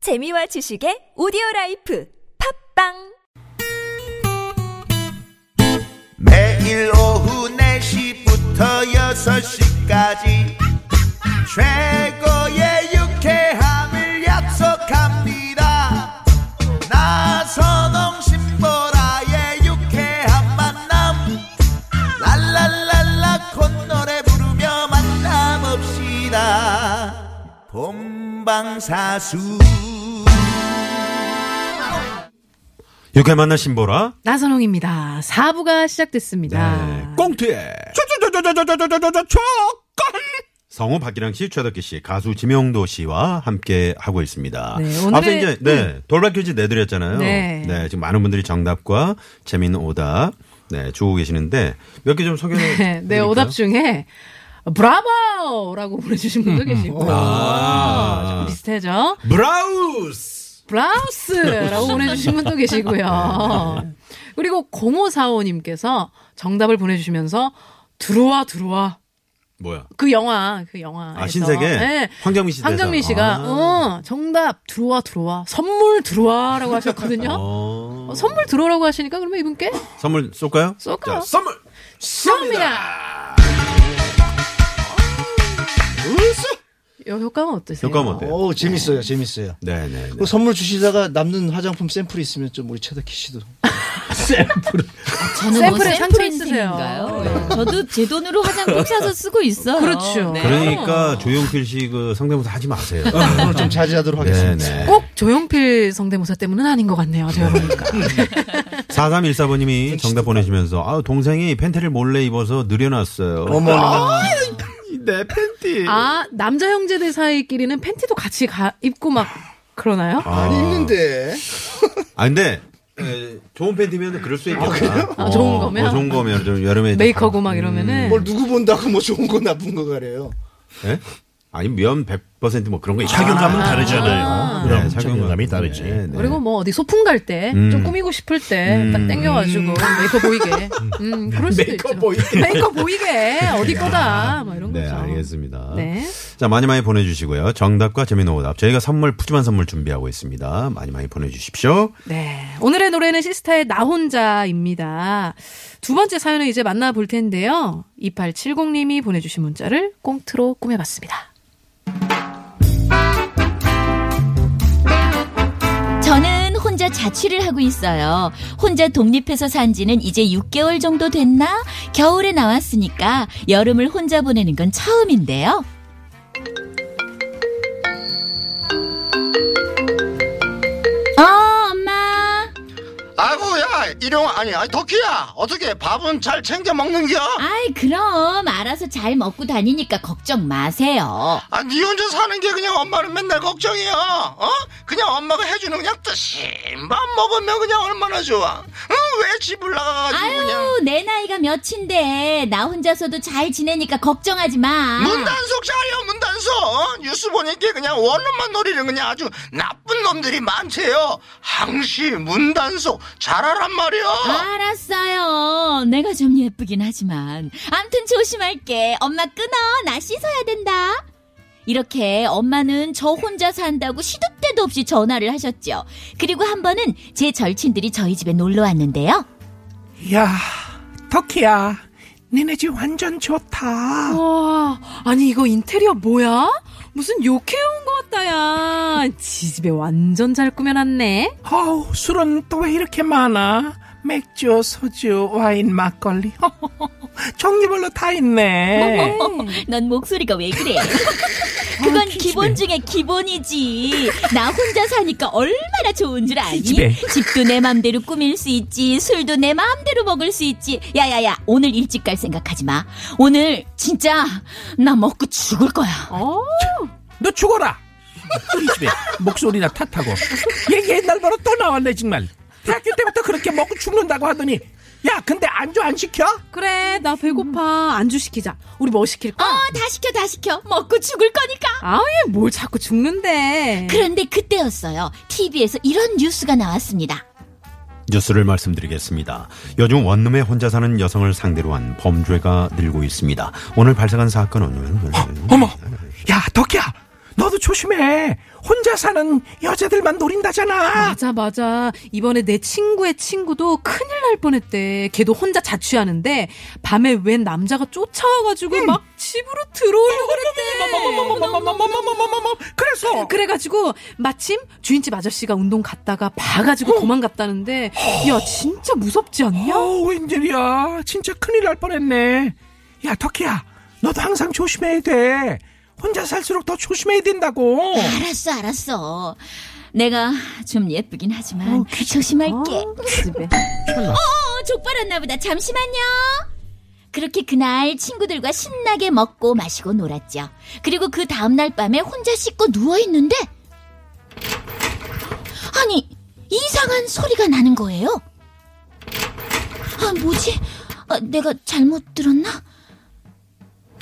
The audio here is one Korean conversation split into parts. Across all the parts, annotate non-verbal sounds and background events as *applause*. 재미와 지식의 오디오 라이프 팝빵 매일 오후 4시부터 6시까지 최고의 유쾌함을 약속합니다 나선홍 신보라의 유쾌한 만남 랄랄랄라 콧노래 부르며 만남없시다 본방사수 이렇게 만난 신보라. 나선홍입니다. 4부가 시작됐습니다. 네. 꽁트에. 성우 박기량 씨, 최덕기 씨, 가수 지명도 씨와 함께 하고 있습니다. 네, 오늘의- 앞서 이제 네, 돌발 퀴즈 내드렸잖아요. 네. 지금 많은 분들이 정답과 재미있는 오답 네, 주고 계시는데 몇 개 좀 소개해 *laughs* 네, 네, 드릴까요? 오답 중에 브라보라고 보내주신 음, 분도 계시고 아. 조금 비슷하죠. 브라우스. 브라우스라고 보내주신 분도 네. 계시고요. 그리고 0545님께서 정답을 보내주시면서 들어와 들어와 뭐야? 그 영화 그 영화 아, 신세계? 황정민 씨 대사. 황정민 씨가 아. 어, 정답 들어와 들어와 선물 들어와라고 하셨거든요. 어. 어, 선물 들어오라고 하시니까 그러면 이분께 선물 쏠까요? 쏠까요? 자, 선물 쏩니다. 요 효과는 어떠세요? 음. 효과음 어때요? 어 재밌어요, 재밌어요. 네, 네. 그 선물 주시다가 남는 화장품 샘플이 있으면 좀 우리 최덕희 씨도 샘플 저는 그 샘플에 뭐 상처 샘플 있으세요. 네. 인생인가요? 네. 저도 제 돈으로 화장품 사서 쓰고 있어요. 그렇죠. 네. 그러니까 조용필 씨 그 성대모사 하지 마세요. 오늘 아. 좀 자제하도록 네, 하겠습니다. 네. 어. 꼭 조용필 성대모사 때문은 아닌 것 같네요. 제가 보니까. 4314번님이 정답 보내시면서 아 동생이 팬티를 몰래 입어서 늘여놨어요. 어머나 아. 내 팬티. 아 남자 형제들 사이끼리는 팬티도 같이 가, 입고 막 그러나요? 안 있는데 아 근데 에, 좋은 팬티면 그럴 수 있겠다. 아, 좋은 거면? 어, 좋은 거면 좀 여름에 메이커고 음. 막 이러면은 뭘 누구 본다고 뭐 좋은 거 나쁜 거 가래요. 예? 아니 면 100%뭐 그런 거 있죠. 착용감은 다르잖아요. 그럼 네, 착용감이 다르지. 네, 네. 음. 그리고 뭐 어디 소풍 갈 때 좀 꾸미고 싶을 때 딱 땡겨가지고 *laughs* 메이커 보이게 음 그럴 수도 메이커 있죠. 보이게. 메이커 보이게 어디 거다 막 이런 네 거죠. 알겠습니다. 그렇죠. 네. 자 많이 많이 보내주시고요. 정답과 재미있는 오답 저희가 선물 푸짐한 선물 준비하고 있습니다. 많이 많이 보내주십시오. 네. 오늘의 노래는 시스타의 나 혼자입니다. 두 번째 사연을 이제 만나볼 텐데요. 2870님이 보내주신 문자를 꽁트로 꾸며봤습니다. 저는 혼자 자취를 하고 있어요. 혼자 독립해서 산 지는 이제 6개월 정도 됐나? 겨울에 나왔으니까 여름을 혼자 보내는 건 처음인데요. 어, 엄마. 아구야 일용 아니 아니 덕희야 어떻게 밥은 잘 챙겨 먹는겨? 아이, 그럼 알아서 잘 먹고 다니니까 걱정 마세요. 아니 혼자 사는 게 그냥 엄마는 맨날 걱정이야 어? 그냥 엄마가 해주는 그냥 뜨신 밥 먹으면 그냥 얼마나 좋아 응? 왜 집을 나가가지고 그냥 아유, 내 나이가 몇인데 나 혼자서도 잘 지내니까 걱정하지 마. 음. 문단속 잘려 문단속 어? 뉴스 보니까 그냥 원룸만 노리는 그냥 아주 나쁜 놈들이 많대요 항시 문단속 잘하란 말이야 음. 알았어요. 내가 좀 예쁘긴 하지만 암튼 조심할게. 엄마 끊어. 나 씻어야 된다. 이렇게 엄마는 저 혼자 산다고 시도 때도 없이 전화를 하셨죠. 그리고 한 번은 제 절친들이 저희 집에 놀러 왔는데요. 야, 터키야. 니네 집 완전 좋다. 와, 아니 이거 인테리어 뭐야? 무슨 욕해온 것 같다, 야. 지 집에 완전 잘 꾸며놨네. 어우, 술은 또 왜 이렇게 많아? 맥주, 소주, 와인, 막걸리. 종류별로 다 있네. 넌 목소리가 왜 그래? 그건 기본 중에 기본이지. 나 혼자 사니까 얼마나 좋은 줄 아니? 집에. 집도 내 맘대로 꾸밀 수 있지. 술도 내 맘대로 먹을 수 있지. 야야야, 오늘 일찍 갈 생각하지 마. 오늘 진짜 나 먹고 죽을 거야. 어, 너 죽어라. 우리 집에 목소리나 탓하고. 얘 옛날 바로 또 나왔네, 정말. 대학교 때부터 그렇게 먹고 죽는다고 하더니. 야, 근데 안주 안 시켜? *laughs* 그래, 나 배고파. 안주 시키자. 우리 뭐 시킬까? 어, 다 시켜, 다 시켜. 먹고 죽을 거니까. 아우, 얘뭘 자꾸 죽는데. 그런데 그때였어요. TV에서 이런 뉴스가 나왔습니다. 뉴스를 말씀드리겠습니다. 요즘 원룸에 혼자 사는 여성을 상대로 한 범죄가 늘고 있습니다. 오늘 발생한 사건은 어머, 야, 덕희야. 너도 조심해. 혼자 사는 여자들만 노린다잖아. 맞아 맞아 이번에 내 친구의 친구도 큰일 날 뻔했대 걔도 혼자 자취하는데 밤에 웬 남자가 쫓아와가지고 막 집으로 들어오려고 그랬대 뭐뭐뭐뭐뭐뭐뭐뭐뭐뭐뭐. 그래서 그래가지고 마침 주인집 아저씨가 운동 갔다가 봐가지고 도망갔다는데 야 진짜 무섭지 않냐? 어, 웬일이야. 진짜 큰일 날 뻔했네. 야, 터키야. 너도 항상 조심해야 돼. 혼자 살수록 더 조심해야 된다고. 알았어, 알았어. 내가 좀 예쁘긴 하지만 조심할게. 아, 집에 어, 족발았나 보다. 잠시만요. 그렇게 그날 친구들과 신나게 먹고 마시고 놀았죠. 그리고 그 다음날 밤에 혼자 씻고 누워있는데, 아니, 이상한 소리가 나는 거예요. 아, 뭐지? 아, 내가 잘못 들었나?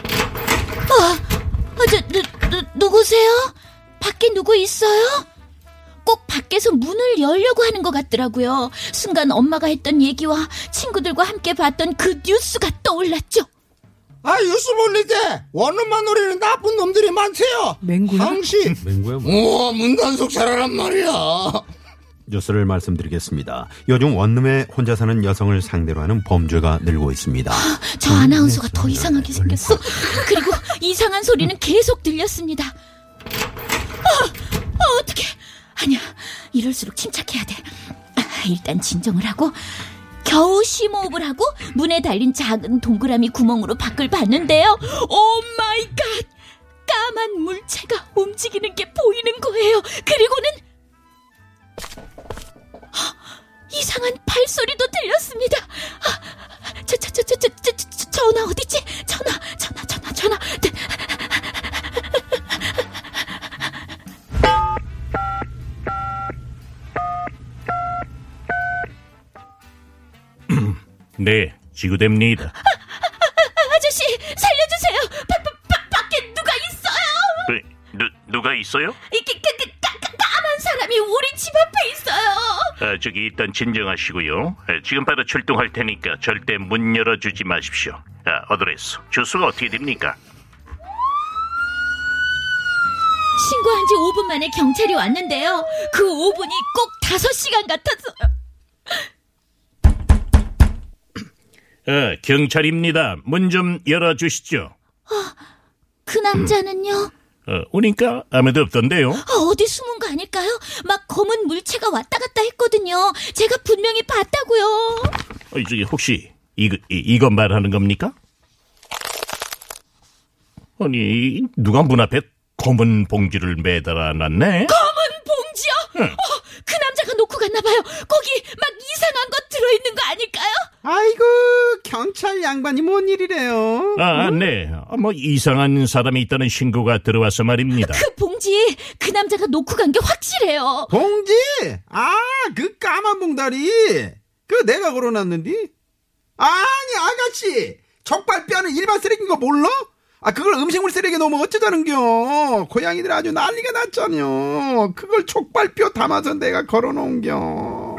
아, 아 저, 누, 누, 누구세요? 밖에 누구 있어요? 꼭 밖에서 문을 열려고 하는 것 같더라고요. 순간 엄마가 했던 얘기와 친구들과 함께 봤던 그 뉴스가 떠올랐죠. 아 유스 몰리게 원룸만 노리는 나쁜 놈들이 많대요. *laughs* 맹구야? 당신 맹구야, 뭐. 우와 문단속 잘하란 말이야. 아, 뉴스를 말씀드리겠습니다. 요즘 원룸에 혼자 사는 여성을 상대로 하는 범죄가 늘고 있습니다. 저 아나운서가 더 이상하게 생겼어. 그리고 이상한 소리는 계속 들렸습니다. 아, 아 어떡해. 아니야, 이럴수록 침착해야 돼. 아, 일단 진정을 하고, 겨우 심호흡을 하고, 문에 달린 작은 동그라미 구멍으로 밖을 봤는데요. 오 마이 갓! 까만 물체가 움직이는 게 보이는 거예요. 그리고는, 헉, 이상한 발소리도 들렸습니다. 아, 저, 저, 저, 저, 저, 저, 저, 저, 전화 어디지? 전화, 전화, 전화, 전화. 네. 네, 지구됩니다. 아저씨, 살려주세요. 바, 바, 바, 밖에 누가 있어요? 네, 누, 누가 있어요? 이게 그, 그, 까, 까, 까만 사람이 우리 집 앞에 있어요. 아, 저기 일단 진정하시고요. 아, 지금 바로 출동할 테니까 절대 문 열어주지 마십시오. 아, 어드레스, 주소가 어떻게 됩니까? 신고한 지 5분 만에 경찰이 왔는데요. 그 5분이 꼭 5시간 같았어요. 아, 경찰입니다. 문 좀 열어주시죠. 그 남자는요? 어, 오니까 아무도 없던데요. 아, 어디 숨은 거 아닐까요? 막 검은 물체가 왔다 갔다 했거든요. 제가 분명히 봤다고요. 어, 저기 혹시 이거 이, 이거 말하는 겁니까? 아니 누가 문 앞에 검은 봉지를 매달아 놨네. 검은 봉지요? 어, 그 남자가 놓고 갔나 봐요. 거기 막 이상한 것 들어있는 거 아닐까요? 아이고 경찰 양반이 뭔 일이래요? 아, 네. 아, 뭐 이상한 사람이 있다는 신고가 들어와서 말입니다. 그 봉지 그 남자가 놓고 간 게 확실해요. 봉지 아 그 까만 봉다리 그 내가 걸어놨는디 아니 아가씨 적발뼈는 일반 쓰레기인 거 몰라? 아 그걸 음식물 쓰레기 넣으면 어쩌자는겨 고양이들 아주 난리가 났잖여 그걸 족발뼈 담아서 내가 걸어놓은겨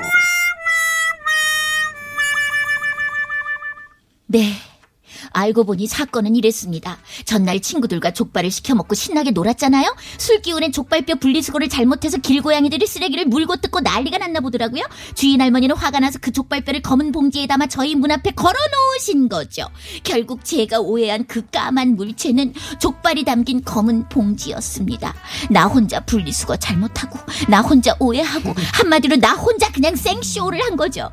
네. 알고 보니 사건은 이랬습니다. 전날 친구들과 족발을 시켜 먹고 신나게 놀았잖아요. 술 기운에 족발뼈 분리수거를 잘못해서 길고양이들이 쓰레기를 물고 뜯고 난리가 났나 보더라고요. 주인 할머니는 화가 나서 그 족발뼈를 검은 봉지에 담아 저희 문 앞에 걸어 놓으신 거죠. 결국 제가 오해한 그 까만 물체는 족발이 담긴 검은 봉지였습니다. 나 혼자 분리수거 잘못하고 나 혼자 오해하고 한마디로 나 혼자 그냥 생쇼를 한 거죠.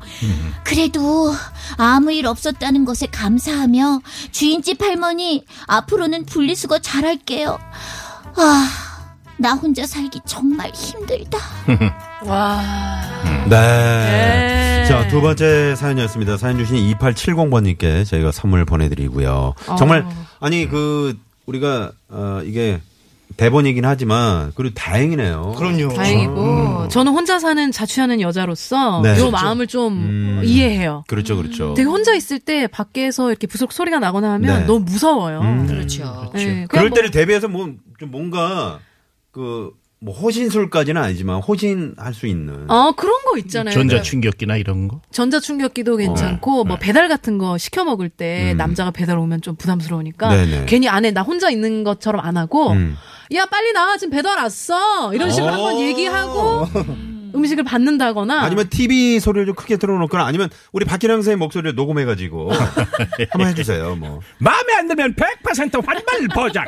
그래도 아무 일 없었다는 것에 감사하며 주인집 할머니 앞으로는 분리수거 잘할게요. 아, 나 혼자 살기 정말 힘들다. 와 네. 네. 자, 두 번째 사연이었습니다. 사연 주신 2870번님께 저희가 선물 보내드리고요. 정말, 아니, 그, 우리가, 어, 이게 대본이긴 하지만, 그리고 다행이네요. 그럼요. 다행이고 저는 혼자 사는 자취하는 여자로서 음. 네. 요 그렇죠. 마음을 좀 음. 이해해요. 그렇죠, 그렇죠. 되게 혼자 있을 때 밖에서 이렇게 부스럭 소리가 나거나 하면 네. 너무 무서워요. 그렇죠. 네, 그럴 음. 그냥 뭐- 때를 대비해서 뭐, 좀 뭔가, 그, 뭐, 호신술까지는 아니지만, 호신할 수 있는. 어 그런 거 네. 있잖아요. 그러니까 전자 충격기나 이런 거. 전자 어, 충격기도 괜찮고 뭐 배달 같은 거 시켜 먹을 때 남자가 배달 오면 좀 부담스러우니까 음. 네네. 괜히 안에 나 혼자 있는 것처럼 안 하고 음. 야 빨리 나와 지금 배달 왔어 이런 식으로 어. 한번 얘기하고 음식을 받는다거나 아니면 TV 소리를 좀 크게 틀어놓거나 아니면 우리 박기량 선생님 목소리를 녹음해가지고 네. 한번 해주세요. 뭐 마음에 안 들면 100% 환불 보장.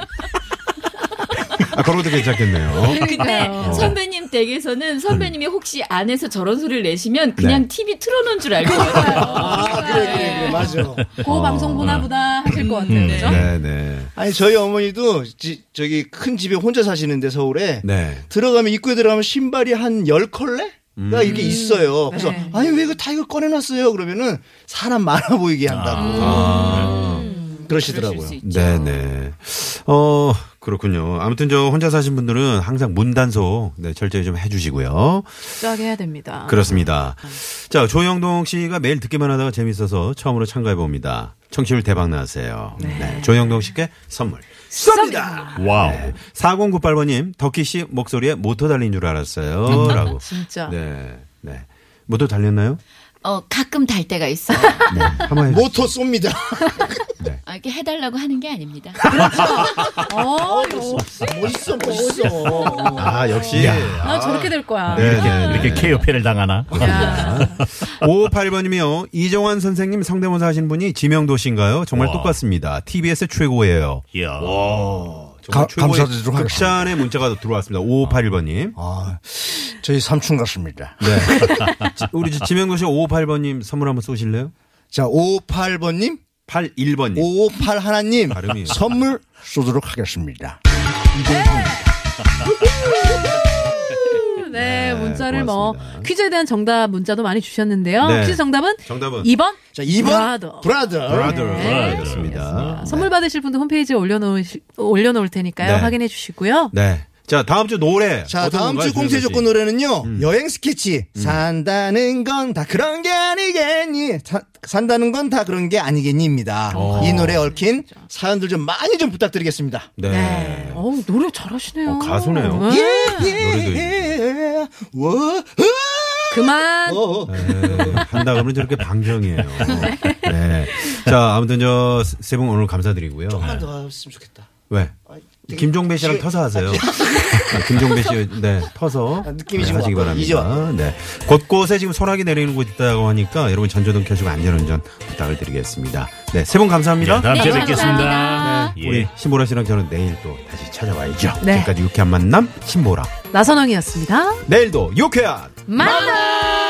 아, 그런 것도 *laughs* 괜찮겠네요. 근데 어. 선배님 댁에서는 선배님이 혹시 안에서 저런 소리를 내시면 네. 그냥 TV 틀어놓은 줄 알고 있어요. 맞아. 고 방송 보나 보다 하실 것 같아요. 그죠? 어. 음. 네네. 아니 저희 어머니도 지- 저기 큰 집에 혼자 사시는데 서울에 네. 들어가면 입구에 들어가면 신발이 한 열컬레가 음. 이렇게 있어요. 그래서 네. 아니 왜 이거 다 이거 꺼내놨어요? 그러면은 사람 많아 보이게 한다고 음. 그러시더라고요. 네, 네네. 어, 그렇군요. 아무튼 저 혼자 사신 분들은 항상 문단속 네, 철저히 좀 해주시고요. 갑자기 해야 됩니다. 아, 그렇습니다. 자, 조영동 씨가 매일 듣기만 하다가 재밌어서 처음으로 참가해 봅니다. 청취율 대박 나세요. 네. 조영동 씨께 선물. 쏩니다. 와우. 4098번님, 덕희 씨 목소리에 모터 달린 줄 알았어요. *laughs* 라고. 진짜. 네. 네. 모터 달렸나요? 네. 어, 가끔 달 때가 있어요. 한번 해주세요. 모토 쏩니다. 아, 이렇게 해달라고 하는 게 아닙니다. 어, 아, 멋있어, 멋있어. 아, 역시. 네. 나 저렇게 될 거야. 네, 이렇게, 네, 이렇게 네. KO패를 당하나? 558번님이요. 이정환 선생님 성대모사 하신 분이 지명도 씨인가요? 정말 와. 똑같습니다. TBS 최고예요. 이야. 정말 가- 감사드리도록 하겠습니다. 극찬의 문자가 들어왔습니다. 5581번님. 아, *laughs* 저희 삼촌 같습니다. 네. 우리 지명도 씨 5581번님 선물 한번 쏘실래요? 자, 558번님, 네. 81번님. 558 하나님 발음이. 선물 쏘도록 하겠습니다. 네, 문자를 고맙습니다. 뭐 퀴즈에 대한 정답 문자도 많이 주셨는데요. 네. 퀴즈 정답은 정답은 2번. 자, 2번 브라더. 브라더. 브라더. 네. 그렇습니다. 선물 받으실 분도 홈페이지에 올려놓을 올려놓을 테니까요. 네. 확인해 주시고요. 네. 자, 다음 주 노래. 자, 어떤 다음 건가요, 주 공세 조영선 씨? 음. 조건 노래는요. 여행 스케치. 산다는 건 다 그런 게 아니겠니? 사- 산다는 건 다 그런 게 아니겠니입니다. 어. 이 노래에 얽힌 사연들 좀 많이 좀 부탁드리겠습니다. 네. 네. 어우, 노래 잘하시네요. 어, 가수네요. 네. 예, 예, 워, 그만. 어. 네, 한다 그러면 저렇게 방정이에요. *laughs* 네. 자, 아무튼 저 세 분 오늘 감사드리고요. 네. 한번 더 왔으면 좋겠다. 왜? 아, 되게 김종배 씨랑 지금- 터서 하세요. 네, 김종배 씨, 네, 터서. 아, 느낌이 네, 지금 하시기 왔다. 이제 바랍니다. 왔다. 네. 곳곳에 지금 소나기 내리는 곳 있다고 하니까 여러분 전조등 켜시고 안전운전 부탁을 드리겠습니다. 네, 세 분 감사합니다. 네. 예, 다음 주에 네, 뵙겠습니다. 감사합니다. 예. 우리 신보라 씨랑 저는 내일 또 다시 찾아와야죠. 네. 지금까지 유쾌한 만남, 신보라. 나선홍이었습니다. 내일도 유쾌한! 만나!